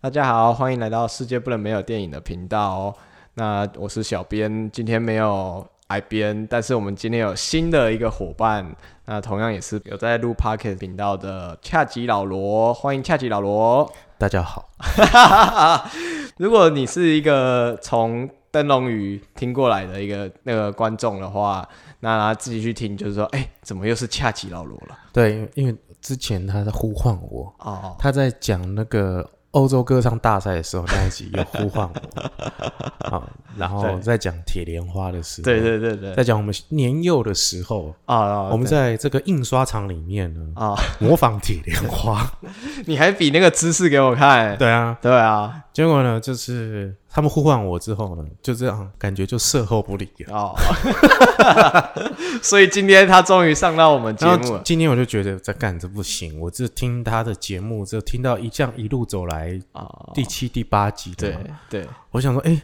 大家好，欢迎来到《世界不能没有电影》的频道哦。那我是小编，今天没有挨编，但是我们今天有新的一个伙伴，那同样也是有在录 Pocket 频道的恰吉老罗，欢迎恰吉老罗。 大家好，如果你是一个从灯笼鱼听过来的一个那个观众的话，那自己去听，就是说，哎、怎么又是恰吉老罗了？对，因为之前他在呼唤我，哦，他在讲那个欧洲歌唱大赛的时候那一集有呼唤 我，好，然后对在讲铁莲花的时候，对对对对，在讲我们年幼的时候，啊啊，我们对在这个印刷厂里面呢，啊， 模仿铁莲花，你还比那个姿势给我看，对啊，对啊，结果呢，就是他们呼唤我之后呢，就这样感觉就售后不理了。哦， 所以今天他终于上到我们节然目后了，今天我就觉得在干这不行，我这听他的节目，就听到一这样一路走来啊，第七、第八集的对嘛，对，我想说，哎、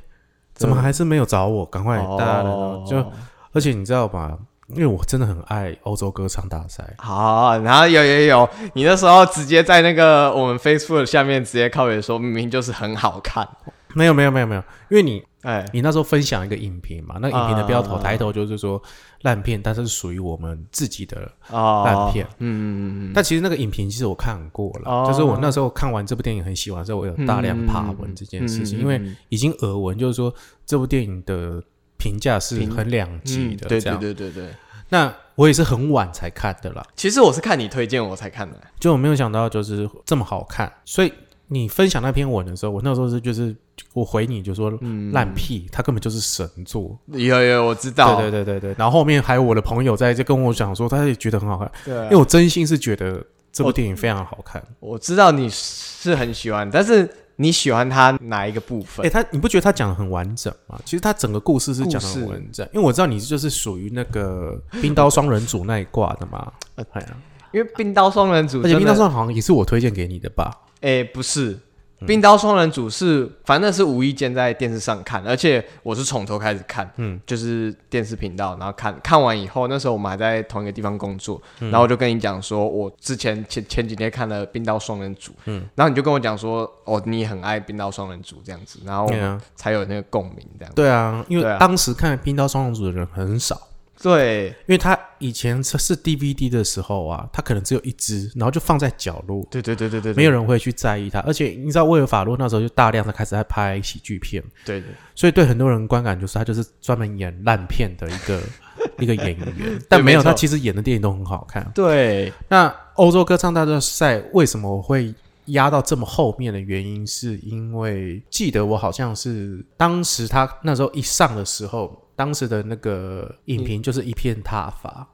怎么还是没有找我？赶快哦大家来找就而且你知道吧，因为我真的很爱欧洲歌唱大赛，好，然后有有有，你那时候直接在那个我们 Facebook 下面直接靠也说，明明就是很好看，没有没有没有没有，因为你哎，你那时候分享一个影评嘛，那影评的标头、啊抬头就是说烂片，但是属于我们自己的。哦，烂片，嗯嗯嗯嗯，但其实那个影评其实我看过了，哦就是我那时候看完这部电影很喜欢，所以我有大量爬文这件事情，嗯嗯嗯嗯因为已经耳闻，就是说这部电影的评价是评嗯很两极的，对对这样。对对对，那我也是很晚才看的啦，其实我是看你推荐我才看的，就我没有想到就是这么好看，所以你分享那篇文的时候，我那时候是就是我回你就说嗯烂屁，它根本就是神作。有有我知道，对对对对对，然后后面还有我的朋友在就跟我讲说，他也觉得很好看，对哦啊因为我真心是觉得这部电影非常好看。我知道你是很喜欢，但是你喜欢他哪一个部分？哎，他你不觉得他讲的很完整吗？其实他整个故事是讲的很完整，因为我知道你就是属于那个冰刀双人组那一挂 的嘛。哎呀因为冰刀双人组而真的，且冰刀双人好像也是我推荐给你的吧？哎、不是，冰刀双人组是，反正是无意间在电视上看，而且我是从头开始看，嗯，就是电视频道，然后看看完以后，那时候我们还在同一个地方工作，然后我就跟你讲说，我之前前前几天看了冰刀双人组，嗯，然后你就跟我讲说，哦，你很爱冰刀双人组这样子，然后对啊，才有那个共鸣这样子，对啊，因哦对啊为当时看冰刀双人组的人很少。对，因为他以前是是 DVD 的时候啊，他可能只有一只，然后就放在角落，对对对对对，没有，有人会去在意它。而且你知道，威尔法洛那时候就大量的开始在拍喜剧片，对对，所以对很多人观感就是他就是专门演烂片的一 个一个演员。但没有，没错他其实演的电影都很好看。对，那欧洲歌唱大赛为什么我会压到这么后面的原因，是因为记得我好像是当时他那时候一上的时候，当时的那个影嗯评就是一片挞伐。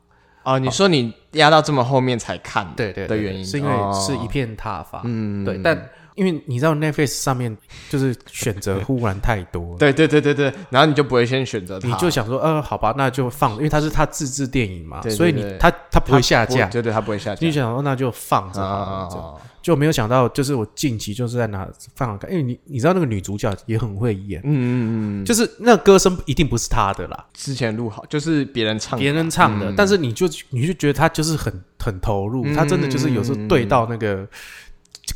哦，你说你压到这么后面才看，对对的对原因哦是因为是一片挞伐，嗯，，对，但因为你知道 Netflix 上面就是选择忽然太 多对对对对对，然后你就不会先选择它，你就想说，呃，好吧，那就放，因为它是它自制电影嘛，对对所以对你它它不会下架，对对，它不会下架你就，想说那就放着啊啊好了，啊这样啊就没有想到，就是我近期就是在拿放看，因为你你知道那个女主角也很会演，嗯嗯嗯，就是那歌声一定不是她的啦，之前录好就是别人唱的，别人唱的，但是你就你就觉得他就是很很投入，嗯他真的就是有时候对到那个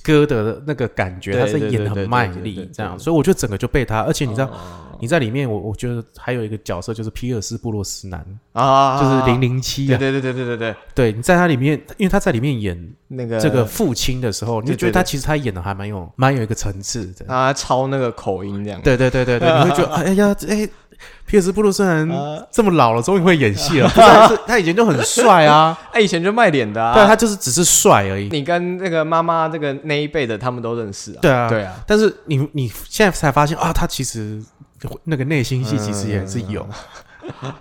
歌的那个感觉，对他是演得很卖对对对对对力对这样，所以我就整个就被他，而且你知道。哦你在里面我，我觉得还有一个角色就是皮尔斯布洛斯南，啊，就是零，零零七对啊。对对对对对对，对，你在他里面，因为他在里面演那个这个父亲的时候，你就对对觉得他对其实他演的还蛮有蛮有一个层次的。啊抄那个口音这样，对对对对对， 你会觉得哎呀，哎，皮尔斯布洛斯南啊这么老了，终于会演戏 了。不是他是他以前就很帅 啊，哎，以前就卖脸的对啊，啊，他就是只是帅而已。你跟那个妈妈这个那一辈的他们都认识啊，对啊，对啊，但是你你现在才发现啊，他其实那个内心戏其实也是有。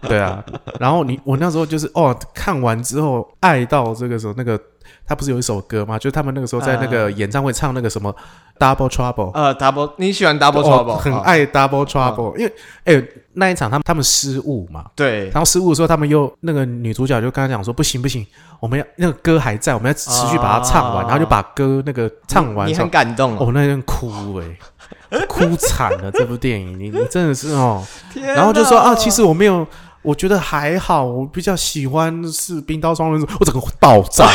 对啊，然后你我那时候就是哦，看完之后爱到这个时候，那个他不是有一首歌吗？就是他们那个时候在那啊个演唱会唱那个什么 Double Trouble，呃，double，你喜欢 double 哦 trouble，很哦，爱 Double Trouble，因为哎那一场他们他们失误嘛，对，然后失误的时候，他们又那个女主角就跟他讲说：“不行不行，我们要那个歌还在，我们要持续把它唱完。啊然后就把歌那个唱完你之后很，感动哦，哦，那天哭哎、 哭惨了这部电影，你你真的是哦。天然后就说哪啊，其 实我没有，我觉得 还好，我比较喜欢是冰刀双人组，我整个爆炸。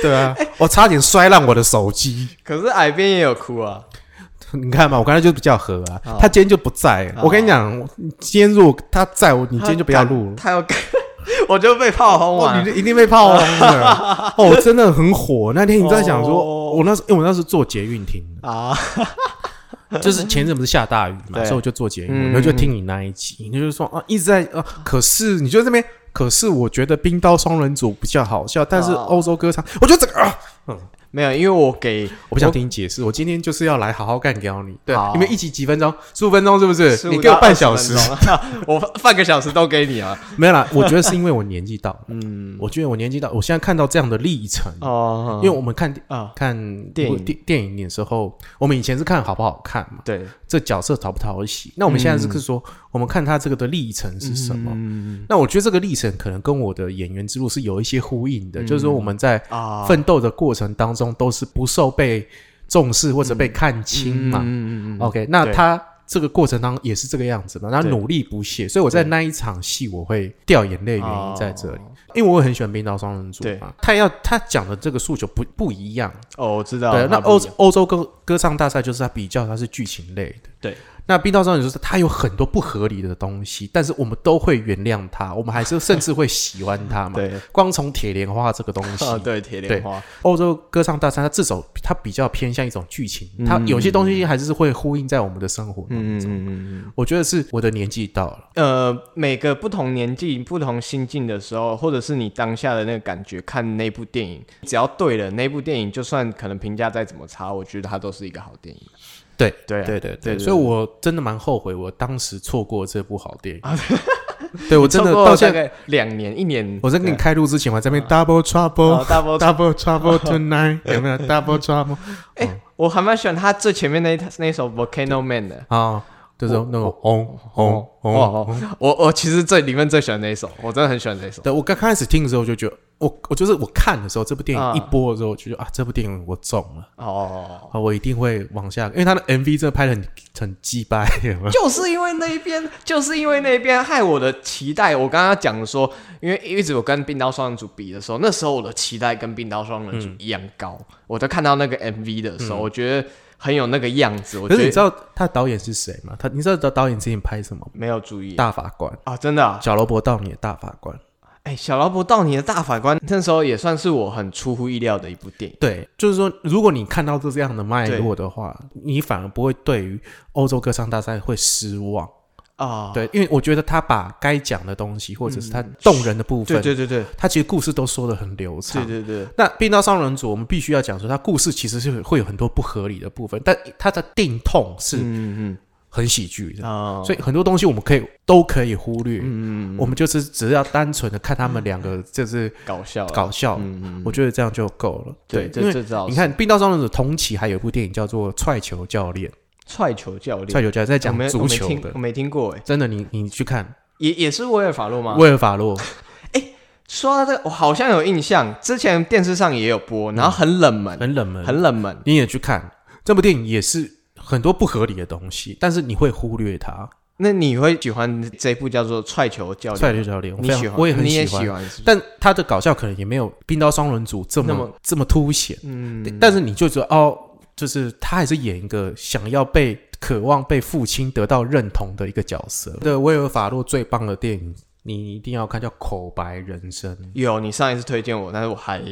对啊，我差点摔烂我的手机。哎可是矮边也有哭啊，你看嘛，我刚才就比较合啊哦，他今天就不在。哦我跟你讲，我今天如果他在我，你今天就不要录了。他有， 我就被炮轰哇，完哦你。一定被炮轰的。哦，我真的很火。那天你在想哦说，我那时候因为我那时候坐捷运听啊，的，就是前阵不是下大雨嘛，对所以我就坐捷运，嗯然后就听你那一集，你就说啊，一直在啊，可是你就在那边，可是我觉得冰刀双人组比较好笑，但是哦欧洲歌唱，我觉得这个啊，没有，因为我给我不想听你解释，我今天就是要来好好干掉你。对好，你们一集几分钟？十五分钟是不是？ 15你给我到半20小分时。钟， 我半个小时都给你啊。没有啦，我觉得是因为我年纪到，嗯，我觉得我年纪到，我现在看到这样的历程，哦因为我们看啊，看电影电电影的时候，我们以前是看好不好看嘛，对，这角色讨不讨喜。那我们现在是说，我们看他这个的历程是什么？嗯那我觉得这个历程可能跟我的演员之路是有一些呼应的，嗯就是说我们在啊，奋斗的过程当中都是不受被重视或者被看轻嘛。哦嗯嗯嗯嗯 OK，那对他这个过程当中也是这个样子嘛，他对努力不懈，所以我在那一场戏我会掉眼泪，原哦因在这里，因为我很喜欢冰岛双人组对嘛，他要他讲的这个诉求不不一样，哦，我知道。对，那他不欧一样欧洲歌歌唱大赛就是它比较它是剧情类的，对。那冰岛双人组是它有很多不合理的东西，但是我们都会原谅它，我们还是甚至会喜欢它嘛。 对，光从铁莲花这个东西，啊， 对，铁莲花，欧洲歌唱大赛，它至少它比较偏向一种剧情，它有些东西还是会呼应在我们的生活。嗯嗯嗯嗯我觉得是我的年纪到了，嗯，呃，每个不同年纪、不同心境的时候，或者是你当下的那个感觉，看那部电影，只要对了，那部电影就算可能评价再怎么差，我觉得它都是一个好电影。对对啊对对对对所以我真的蛮后悔，我当时错过这部好电影。 对我真的啊错过到现大在，概两年、一年，我在跟你开录之前，我还在那边 double 对 trouble 哦。大波，Double Trouble Tonight 有没有 Double Trouble 哎哦我还蛮喜欢他最前面那一那一首 Volcano Man 的。啊？就是那种哦轰轰轰。哦，我我其实最里面最喜欢那一首，我真的很喜欢这一首。对，我刚开始听的时候就觉得，我我就是我看的时候，这部电啊影一播的时候，我就觉得啊，这部电影我中了哦，啊，我一定会往下，因为他的 MV 真的拍的很很鸡掰，有没有就是因为那一边，就是因为那一边害我的期待。我刚刚讲的说，因为一直我跟冰刀双人组比的时候，那时候我的期待跟冰刀双人组一样高。嗯我在看到那个 MV 的时候，我觉得很有那个样子。我可觉是你得知道他导演是谁吗？他你知道导演之前拍什么？没有注意大法官，啊，真的、啊。小罗伯道尼的大法官。哎、小劳勃到你的大法官，那时候也算是我很出乎意料的一部电影。对，就是说，如果你看到这样的脉络的话，你反而不会对于欧洲歌唱大赛会失望。啊，嗯对，因为我觉得他把该讲的东西，或者是他动人的部分，对对对对他其实故事都说的很流畅。对对对，那《冰刀双人组》，我们必须要讲说，他故事其实是会有很多不合理的部分，但他的定痛是嗯很喜剧嗯的，啊，所以很多东西我们可以都可以忽略。嗯嗯我们就是只要单纯的看他们两个就是搞笑啊，搞笑，嗯嗯，我觉得这样就够了。对，因这为这倒你是看《冰刀双人组》同期还有一部电影叫做《踹球教练》，踹球教练，踹球教练在讲我没足球我没听的我，没听过哎，真的，你你去看也也是威尔法洛吗？威尔法洛。说到这个，我好像有印象，之前电视上也有播，然后很冷门，嗯很冷门，很冷门你也去看这部电影，也是很多不合理的东西，但是你会忽略它。那你会喜欢这部叫做《踹球教踹练》？球教练，我你非喜常欢，我也很你也喜喜欢，欢，是不是但他的搞笑可能也没有冰刀双人组这么那么这么凸显，嗯，但是你就觉得哦，就是他还是演一个想要被渴望被父亲得到认同的一个角色。对，威尔法洛最棒的电影，你一定要看，叫《口白人生》。有你上一次推荐我，但是我还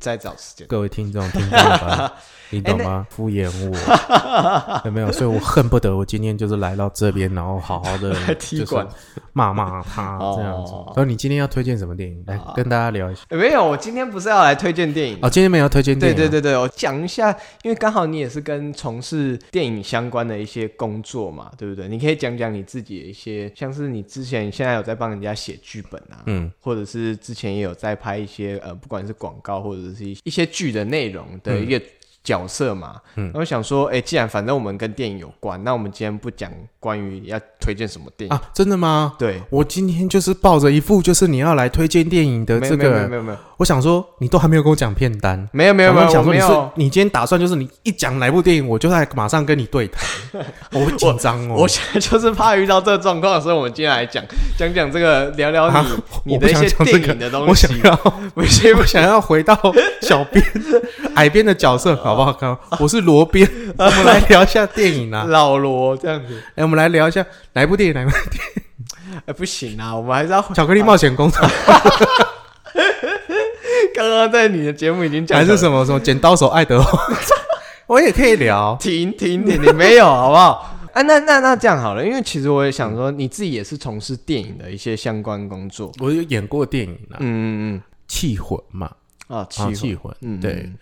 在找时间。各位听众听懂 吧？你懂吗？敷衍我，有没有？所以我恨不得我今天就是来到这边，然后好好的 踢馆骂骂他哦这样子。所以你今天要推荐什么电影？来跟大家聊一下。呃没有，我今天不是要来推荐电影的哦，今天没有推荐对电影啊，对对对，我讲一下，因为刚好你也是跟从事电影相关的一些工作嘛，对不对？你可以讲讲你自己的一些，像是你之前现在有在帮人家写剧本啊，嗯，或者是之前也有在拍一些呃，不管是广告或者是一一些剧的内容的嗯一个角色嘛。嗯，那我想说，哎、既然反正我们跟电影有关，那我们今天不讲关于要推荐什么电影，啊，真的吗？对。我今天就是抱着一副就是你要来推荐电影的没呃这有没有没有个，没有没有我想说你都还没有跟我讲片单，没有没有没有，想说我你没是有，你今天打算就是你一讲哪部电影，我就在马 上跟你对谈，我会紧张哦。我现在就是怕遇到这个状况，所以我们今天来讲讲讲这个，聊聊你、啊你我的不一想些讲这电个影的东我西想。要， 不行我想要回到小编矮边的角色，好不好？看，我是 罗边，我们来聊一下电影啊。老罗这样子，哎，我们来聊一下哪一部电影？哪一部？哎、不行啊，我们还是要回。巧克力冒险工厂刚刚在你的节目已经 讲还是么？什么什么？剪刀手爱德华，我也可以聊。停停停停，没有，好不好？啊，那那那这样好了，因为其实我也想说，你自己也是从事电影的一些相关工作。我有演过电影啊，嗯嗯气魂嘛，嗯，啊，啊气气候，魂，嗯，对，嗯。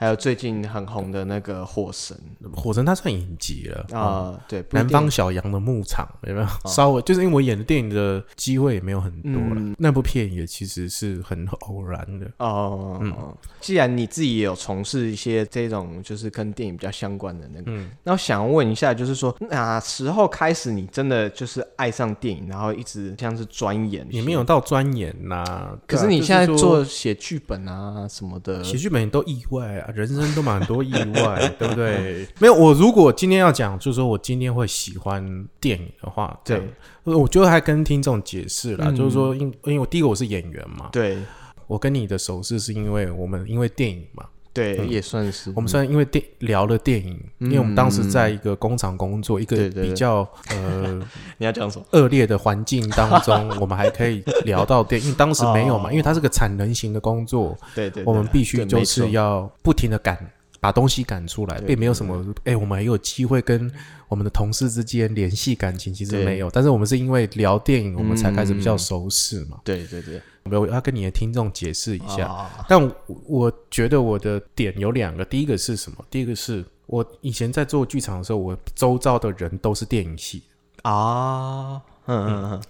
还有最近很红的那个《火神火神他算影集了》嗯啊。啊，对，不一定南方小羊的牧场有没有？稍微就是因为我演的电影的机会也没有很多嗯了，那部片也其实是很偶然的。哦，哦嗯既然你自己也有从事一些这种就是跟电影比较相关的那个，嗯那我想问一下，就是说哪时候开始你真的就是爱上电影，然后一直像是钻研？也没有，到钻研呐、可是对啊你现在就是说做写剧本啊什么的，喜剧本都意外啊，人生都蛮多意外， 对不对？没有，我如果今天要讲，就是说我今天会喜欢电影的话，这样对，我觉得还跟听众解释啦，嗯就是说，因因为我第一个我是演员嘛，对我跟你的熟识是因为我们因为电影嘛，对，也算是我们虽然因为电聊了电影，因为我们当时在一个工厂工作，嗯一对个对对比较呃 你要讲什么？恶劣的环境当中，我们还可以聊到电影，因为当时没有嘛， 哦因为它是个产能型的工作，对对，我们必须对就没是错要不停的赶，把东西赶出来，对并没有什么哎、我们还有机会跟我们的同事之间联系感情，其实对嗯没有。但是我们是因为聊电影，我们才开始比较熟识嘛。对对对，我们要跟你的听众解释一下。啊但我我觉得我的点有两个，第一个是什么？第一个是我以前在做剧场的时候，我周遭的人都是电影系，啊，嗯嗯嗯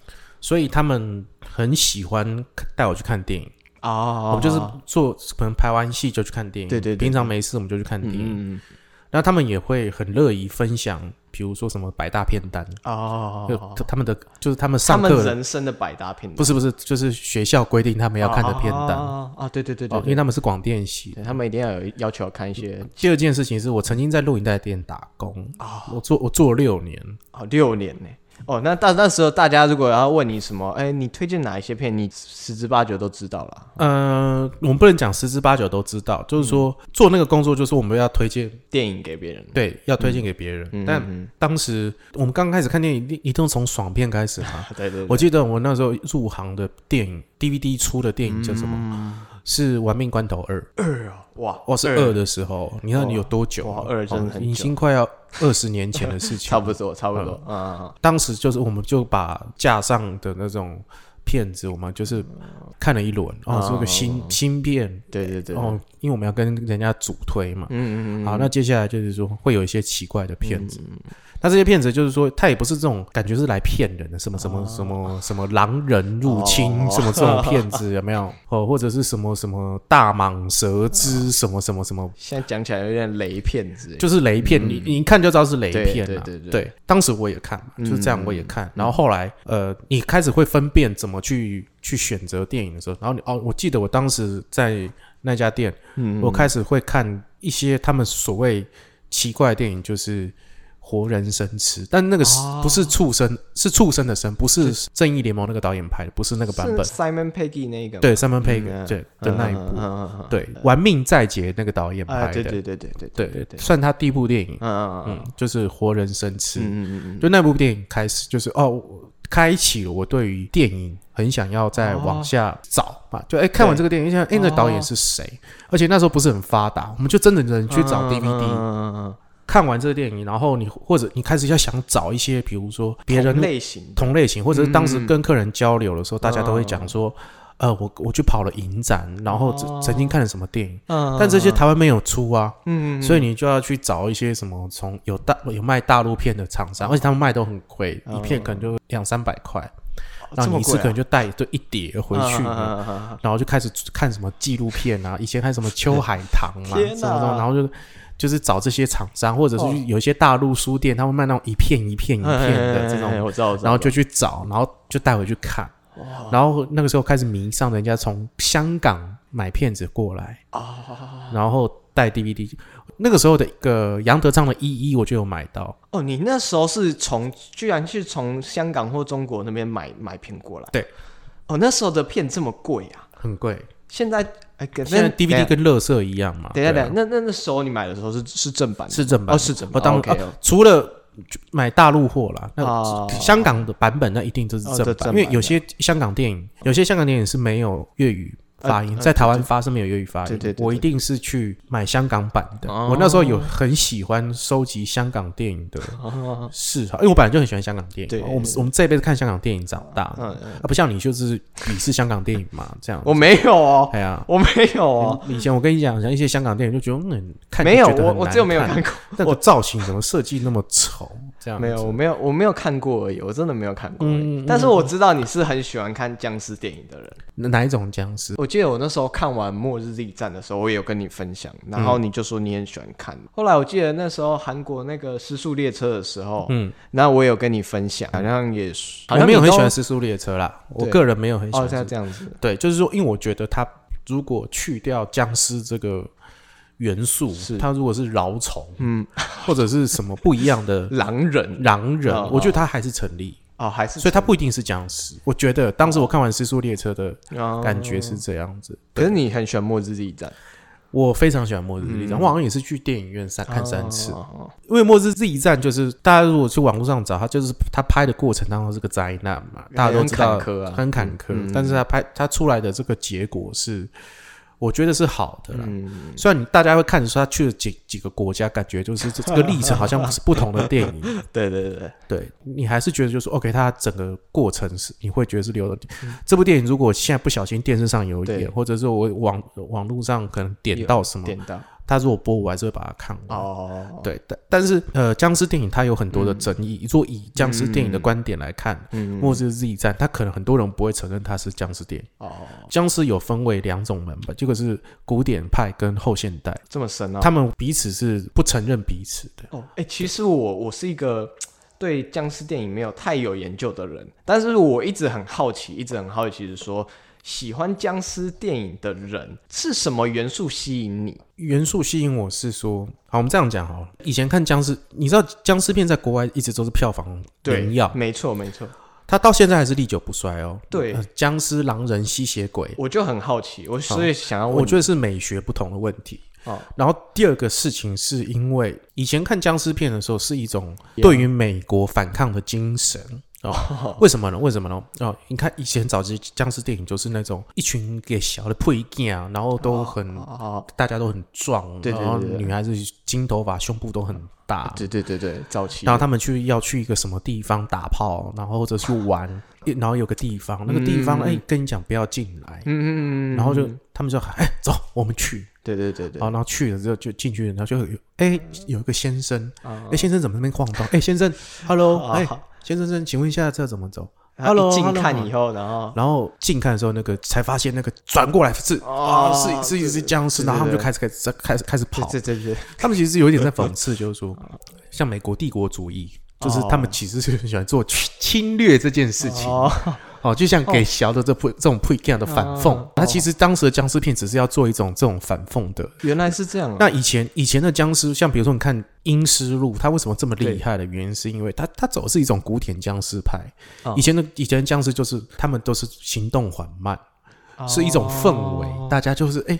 所以他们很喜欢带我去看电影。啊，我们就是做可能排完戏就去看电影，对对对平常没事我们就去看电影。嗯嗯那他们也会很乐意分享，比如说什么百大片单，就哦，他们的就是他们他上们课的人生的百搭片不是不是，就是学校规定他们要看的片单，啊啊，对对对对哦，因为他们是广电系。对他们一定要有要求看一些第二件事情是我曾经在录影带店打工，我做我做了六年，哦六年呢。哦，那到那时候大家如果要问你什么，哎、你推荐哪一些片，你十之八九都知道了。呃，我们不能讲十之八九都知道，就是说、做那个工作就是我们要推荐，电影给别人，对，要推荐给别人。嗯，但嗯当时我们刚开始看电影，一定一定从爽片开始嘛，嗯对对对我记得我那时候入行的电影 DVD 出的电影叫什么？嗯是《玩命关头二》。哦哇，哇，是二的时候，你看你有多久？哦哇二真的很久已经快要二十年前的事 情。差不多差不多，嗯，当时就是我们就把架上的那种片子，我们就是看了一轮，哦，啊这个新新片，对对对，哦，因为我们要跟人家主推嘛。嗯嗯嗯，嗯好，那接下来就是说会有一些奇怪的片子，那这些片子就是说，它也不是这种感觉是来骗人的，什么什么什么什么狼人入侵，啊哦什么这种片子有 没有？哦，或者是什么什么大蟒蛇啊之什么什么什么，现在讲起来有点雷片之类的，就是雷片，你你一看就知道是雷片啊了、对对对对嗯当时我也看嘛，就是这样我也看，然后后来呃，你开始会分辨怎么去去选择电影的时候，然后你哦，我记得我当时在那家店，嗯我开始会看一些他们所谓奇怪的电影，就是活人生吃，但那个是哦不是畜生，是畜生的生，不是正义联盟那个导演拍的，不是那个版本是，Simon Peggy 那个吗对，三门佩嗯格对的那一嗯嗯部，嗯嗯嗯对，《玩命在劫》那个导演啊，拍对的，对对对对对对对，算他第一部电影，嗯嗯嗯嗯，就是活人生吃，嗯嗯嗯就那部电影开始，就是哦，我开启了我对于电影很想要再往下找嘛。就哎、看完这个电影，想哎、那个导演是谁？而且那时候不是很发达，我们就真的人嗯，去找哦嗯 DVD、嗯嗯嗯看完这个电影，然后你或者你开始要想找一些，比如说别人同类型的，同类型，或者是当嗯时嗯嗯跟客人交流的时候，大家都会讲说，嗯呃，我我去跑了影展，然后曾曾经看了什么电影，哦嗯但这些台湾没有出啊。嗯，所以你就要去找一些什么从有大有卖大陆片的厂商，而且他们卖都很贵，一片可能就两三百块，哦这然后么你一次贵可啊能就带就一碟回去，嗯嗯嗯嗯嗯然后就开始看什么纪录片啊，以前看什么秋海棠 嘛，天什么什么，哪哦然后就就是找这些厂商，或者是去有一些大陆书店，他们卖那种一片一片一片的这哎哎哎种，我知道，我知道然后就去找，然后就带回去看，然后那个时候开始迷上人家从香港买片子过来，啊，然后带 DVD，那个时候的一个杨德昌的一一我就有买到，哦，你那时候是从居然是从香港或中国那边买买片过来？对。哦，那时候的片这么贵啊！很贵，现在哎，可现在那等 DVD 一下跟乐色一样嘛。等一下对等啊一下，那那那时候你买的时候是是正版的是正版哦，，是正我版。当哦 OK 啊除了买大陆货啦，那哦香港的版本那一定就是哦正这版，正因为版有的嗯些香港电影，有些香港电影是没有粤语发音，呃在台湾发是没有粤语发音。对对对对我一定是去买香港版的。哦我那时候有很喜欢收集香港电影的哦嗜 好，因为我本来就很喜欢香港电影嘛。对我们我们这一辈子看香港电影长大的，嗯，嗯啊，不像你就是鄙视香港电影嘛，这样。我没有 哦，哎呀。我没有哦，以前我跟你讲，像一些香港电影，就觉得嗯，看就没有，觉得我很我难只有没有看看过，那个造型怎么设计那么丑？这样没有，子我没有，我没有看过而已，我真的没有看过而已。嗯嗯但是我知道你是很喜欢看僵尸电影的人。哪嗯哪一种僵尸？我记得我那时候看完《末日力战》的时候，我也有跟你分享，嗯然后你就说你很喜欢看。后来我记得那时候韩国那个《失速列车》的时候，嗯，然后我也有跟你分享，好像也是，好我像没有你很都喜欢《失速列车》啦，我对个人没有很喜哦，欢这失速。样这样子，对，就是说，因为我觉得它如果去掉僵尸这个元素，是它如果是饶虫嗯，或者是什么不一 样的狼人狼人哦，我觉得它还是成立，哦，还是所以它不一定是僵尸。我觉得当时我看完《失速列车》的哦感觉是这样子。可是你很喜欢《末日力战》我非常喜欢《末日力战》，我好像也是去电影院三看三次，嗯哦哦因为《末日自一战》就是大家如果去网络上找，他就是他拍的过程当中是个灾难嘛，大家都知很道坎坷啊很坎坷。嗯但是他拍他出来的这个结果是，我觉得是好的啦。嗯，虽然你大家会看说他去了几几个国家，感觉就是这这个历程好像是不同的电 影，对对对对，对你还是觉得就是 OK，他整个过程是你会觉得是留的。这部电影如果现在不小心电视上有嗯对演，或者是我网网络上可能点到什么，点到他如果播我还是会把它看完。哦，对，但但是呃，僵尸电影它有很多的争议。如果以僵尸电影的观点来看，嗯末日 Z 战》它可能很多人不会承认它是僵尸电影。哦，僵尸有分为两种门派，这个是古典派跟后现代，这么深哦。他们彼此是不承认彼此的。哦，哎、其实我我是一个对僵尸电影没有太有研究的人，但是我一直很好奇，一直很好奇是说，喜欢僵尸电影的人是什么元素吸引你？元素吸引我是说，好，我们这样讲好了。以前看僵尸，你知道僵尸片在国外一直都是票房对良药，没错，没错，它到现在还是历久不衰哦。对呃僵尸、狼人、吸血鬼，我就很好奇，我所以想要问你，我觉得是美学不同的问题。哦然后第二个事情是因为以前看僵尸片的时候是一种啊对于美国反抗的精神。 哦，为什么呢？为什么呢？哦，你看以前早期僵尸电影就是那种一群给小的配件啊，然后都很、哦，大家都很壮，对对对然后对女孩子金头发，胸部都很大，啊对对对对，早期然后他们去要去一个什么地方打炮，然后或者去玩，然后有个地方，那个地方嗯哎、跟你讲不要进来，嗯嗯嗯，然后就他们就喊哎、走，我们去，对对对对好，，然后去了之后就进去，然后就有哎、有一个先生，哎、啊先生怎么在那边晃动？哎、 先生，hello，啊哎、先生先请问一下这怎么走？然后 hello，一近 hello，看以后，然后然后近看的时候，那个才发现那个转过来是啊、哦是是一只僵尸，对对然后他们就对开始开始开始开始跑，对对啊对对，他们其实有一点在讽刺，就是说像美国帝国主义。啊就是他们其实是很喜欢做侵侵略这件事情，哦，哦，就像给小的这不这种不一样的反讽哦，那其实当时的僵尸片只是要做一种这种反讽的原来是这样、哦，那以前以前的僵尸，像比如说你看《阴尸路》，它为什么这么厉害的原因，是因为它它走的是一种古典僵尸派。哦以前的以前的僵尸就是他们都是行动缓慢，是一种氛围，哦大家就是哎、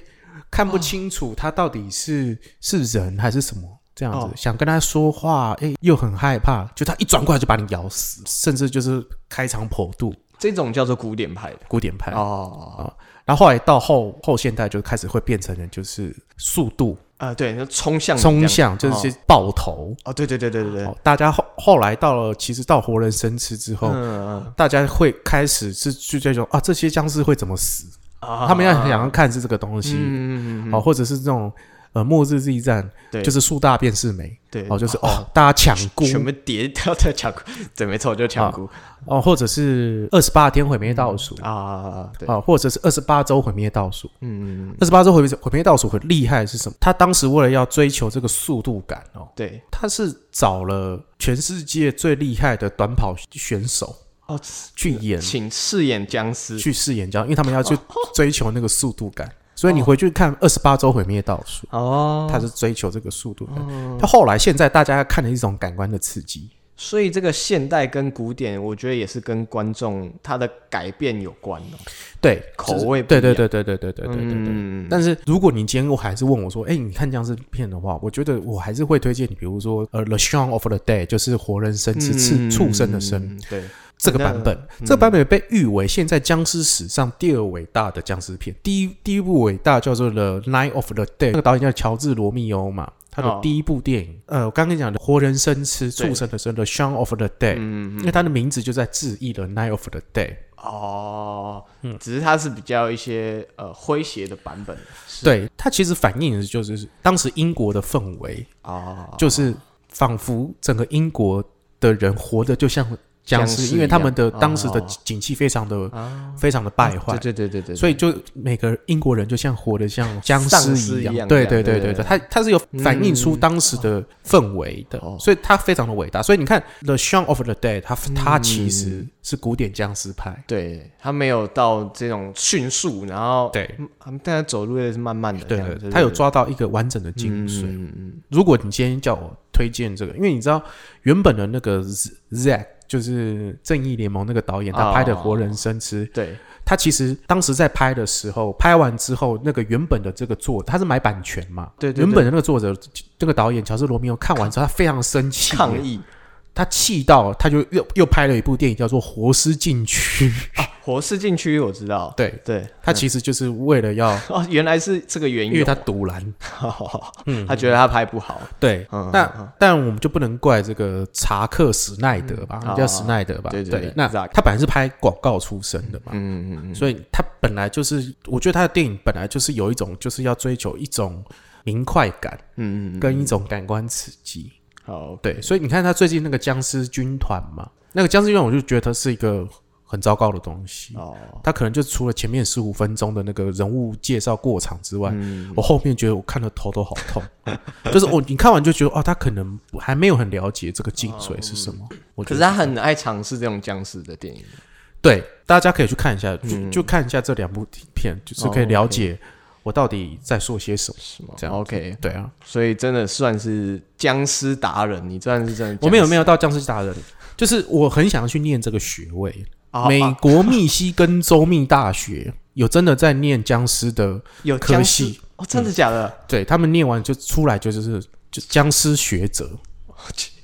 看不清楚他到底是、是人还是什么。这样子、哦想跟他说话，哎、又很害怕，就他一转过来就把你咬死，甚至就是开肠破肚，这种叫做古典派的古典派。哦，然后后来到后后现代就开始会变成了就是速度啊、对，就冲向你这冲样向，就是哦一些爆头，哦，对对对对对对，哦，大家后后来到了，其实到活人生吃之后，嗯嗯大家会开始是去追求啊，这些僵尸会怎么死？啊他们要想要看是这个东西，嗯嗯嗯嗯，哦，或者是这种呃末日之一战，对，就是是树大便是美，对，哦，就是哦，大家抢菇，全部叠掉在抢菇，对，没错，就是抢菇哦，或者是二十八天毁灭倒数。啊，对，啊，或者是二十八周毁灭倒数，嗯，嗯嗯二十八周毁灭毁灭倒数很厉害的是什么？他当时为了要追求这个速度感哦，对，他是找了全世界最厉害的短跑选手哦，去演请饰演僵尸，哦去饰演僵，因为他们要去追求那个速度感。所以你回去看《二十八周毁灭倒数》哦，它是追求这个速度的。它后来现在大家看的一种感官的刺激，所以这个现代跟古典，我觉得也是跟观众他的改变有关哦，对口就是味不对对一对对对对对对对对。嗯但是如果你今天我还是问我说，哎、你看僵尸片的话，我觉得我还是会推荐你，比如说呃，《The Shaun of the Dead》，就是活人生之嗯刺畜生的生、嗯对，这个版本，嗯这个版本被誉为现在僵尸史上第二伟大的僵尸片。第一第一部伟大叫做《The Night of the Dead》，那个导演叫乔治·罗密欧嘛。他哦的第一部电影，呃，我刚跟你讲的《活人生吃畜生的生》的《Shaun of the 嗯 Dead》，因为他的名字就在致意了《Night of the Dead》。哦，只是它是比较一些呃诙谐的版本，是对，它其实反映的就是当时英国的氛围，哦，就是仿佛整个英国的人活得就像僵僵尸尸，因为他们的一样当时的哦景气非常的非常的败坏对。对对对对，所以以就每个英国人就像活得像僵丧尸尸一一样样，对这样对对对嗯对对，他他是有反映出当时的氛围的，所以他非常的伟大。所以你看《The Shaun of the Dead》，他嗯他其实是古典僵尸派，对他没有到这种迅速，然后对嗯他们大家走路也是慢慢的这对样，嗯对，他有抓到一个完整的精髓。如果你今天叫我推荐这个，因为你知道原本的那个 Z- Zack 就是《正义联盟》那个导演，他拍的哦《活人生吃》对他其实当时在拍的时候，拍完之后，那个原本的这个作，他是买版权嘛？对对原本的那个作者，这个导演乔治·罗密欧看完之后，他非常生气，抗议他气到他就又又拍了一部电影叫做《活尸禁区》。 活尸禁区我知道， 对对，他其实就是为了要，哦，原来是这个原因为嗯因，哦他独蓝。 他觉得他拍不好，对，嗯那但我们就不能怪这个查克·史奈德吧，嗯叫史奈德吧？对对对对那 Zack 他本来是拍广告出身的嘛，嗯嗯嗯，所以他本来就是，我觉得他的电影本来就是有一种，就是要追求一种明快感。嗯嗯嗯，跟一种感官刺激。好，对，所以你看他最近那个僵尸军团嘛，那个僵尸军团我就觉得是一个很糟糕的东西。哦，他可能就除了前面十五分钟的那个人物介绍过场之外，嗯我后面觉得我看的头都好痛， 就是我你看完就觉得哦，他可能还没有很了解这个精髓是什么。我嗯可觉得是他很爱尝试这种僵尸的电影，对，大家可以去看一下，嗯就就看一下这两部片，就是哦可以了解我到底在说些什么。是吗这样子？OK，对啊，所以真的算是僵尸达人，你算是真的。我没有没有，有到僵尸达人，就是我很想要去念这个学位，哦美哦国密西根州密大学有真的在念僵尸的，有科僵尸系嗯哦，真的假的？对他们念完就出来就就是就僵尸学者，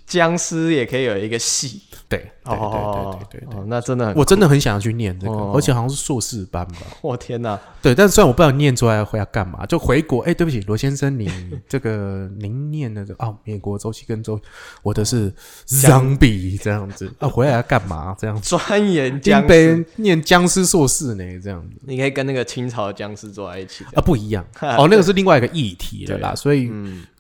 僵尸也可以有一个戏，对对对对对对对。哦，那真的很，我真的很想要去念这个，哦而且好像是硕士班吧？我天哪，对，但虽然我不知道念出来回来干嘛，就回国。哎、对不起，罗先生，你 这个您念的哦，美国周期跟周，我的是哦 zombie 这样子啊，回来要干嘛？这样子，钻研金僵尸，杯念僵尸硕士呢，这样子。你可以跟那个清朝的僵尸坐在一起，啊，不一 样哦，那个是另外一个议题了啦，所以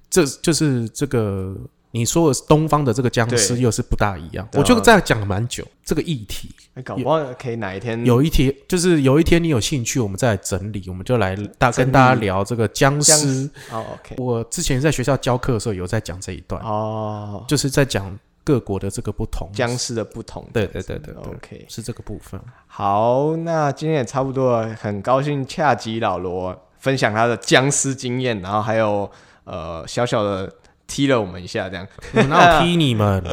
这就是这个你说的东方的这个僵尸对又是不大一样。对啊我就这样讲了蛮久，这个议题哎搞不好可以哪一天有一天就是有一天你有兴趣，我们再来整理，我们就来大整理跟大家聊这个僵僵尸。哦，OK，我之前在学校教课的时候有在讲这一段，哦，就是在讲各国的这个不同僵尸的不同，对对对对对，OK。是这个部分。好，那今天也差不多了，很高兴恰吉老罗分享他的僵尸经验，然后还有呃小小的踢了我们一下，这样 我哪有踢你们？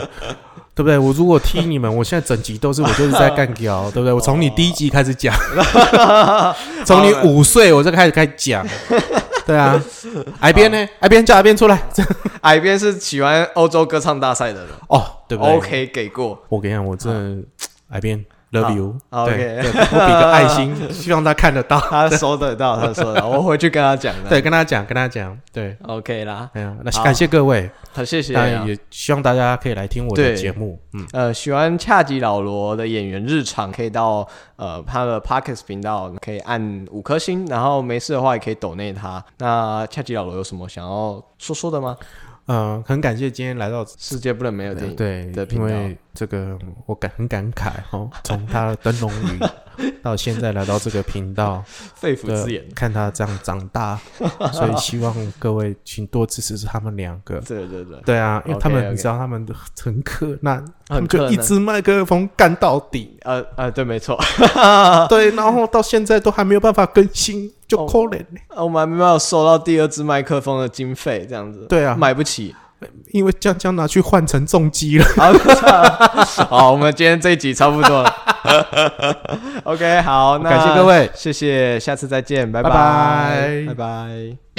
对不对？我如果踢你们，我现在整集都是我就是在干掉，对不哦对？我从你第一集开 始讲，从你五岁我就开始开始讲，对啊。矮边呢？矮边叫矮边出来。矮边哎是喜欢欧洲歌唱大赛的人哦，对不对 o k 给过，我跟你讲，我真的矮边 love you，好对 OK 对我比个爱心， 希望他看得到。他收得到，他收得到，我回去跟他讲的。对，跟他讲，跟他讲，对。 ，OK 啦，哎呀，那好感谢各位，好，谢谢当然啊。也希望大家可以来听我的对节目。嗯，呃，喜欢恰吉老罗的演员日常，可以到呃他的 Pockets 频道，可以按五颗星，然后没事的话也可以抖内他。那恰吉老罗有什么想要说说的吗？呃，很感谢今天来到世界不能没有电影。对的，频因道 为这个我感很感慨哦，从他的灯笼鱼到现在来到这个 频道，肺腑之对言，，看他这样长大， 所以希望各位请多支持他们两个。对对对，对啊，因为他们 OK，OK 你知道他们很困难，他很们就困一难支麦克风干到底，呃呃，对，没错， 对，然后到现在都还没有办法更新，就啊哦可怜呢。我们还没有收到第二支麦克风的经费，这样子，对啊，买不起。因为江江拿去换成重机了。好， 好，我们今天这一集差不多了。OK，好，那感谢各位谢谢，下次再见，拜拜拜拜拜。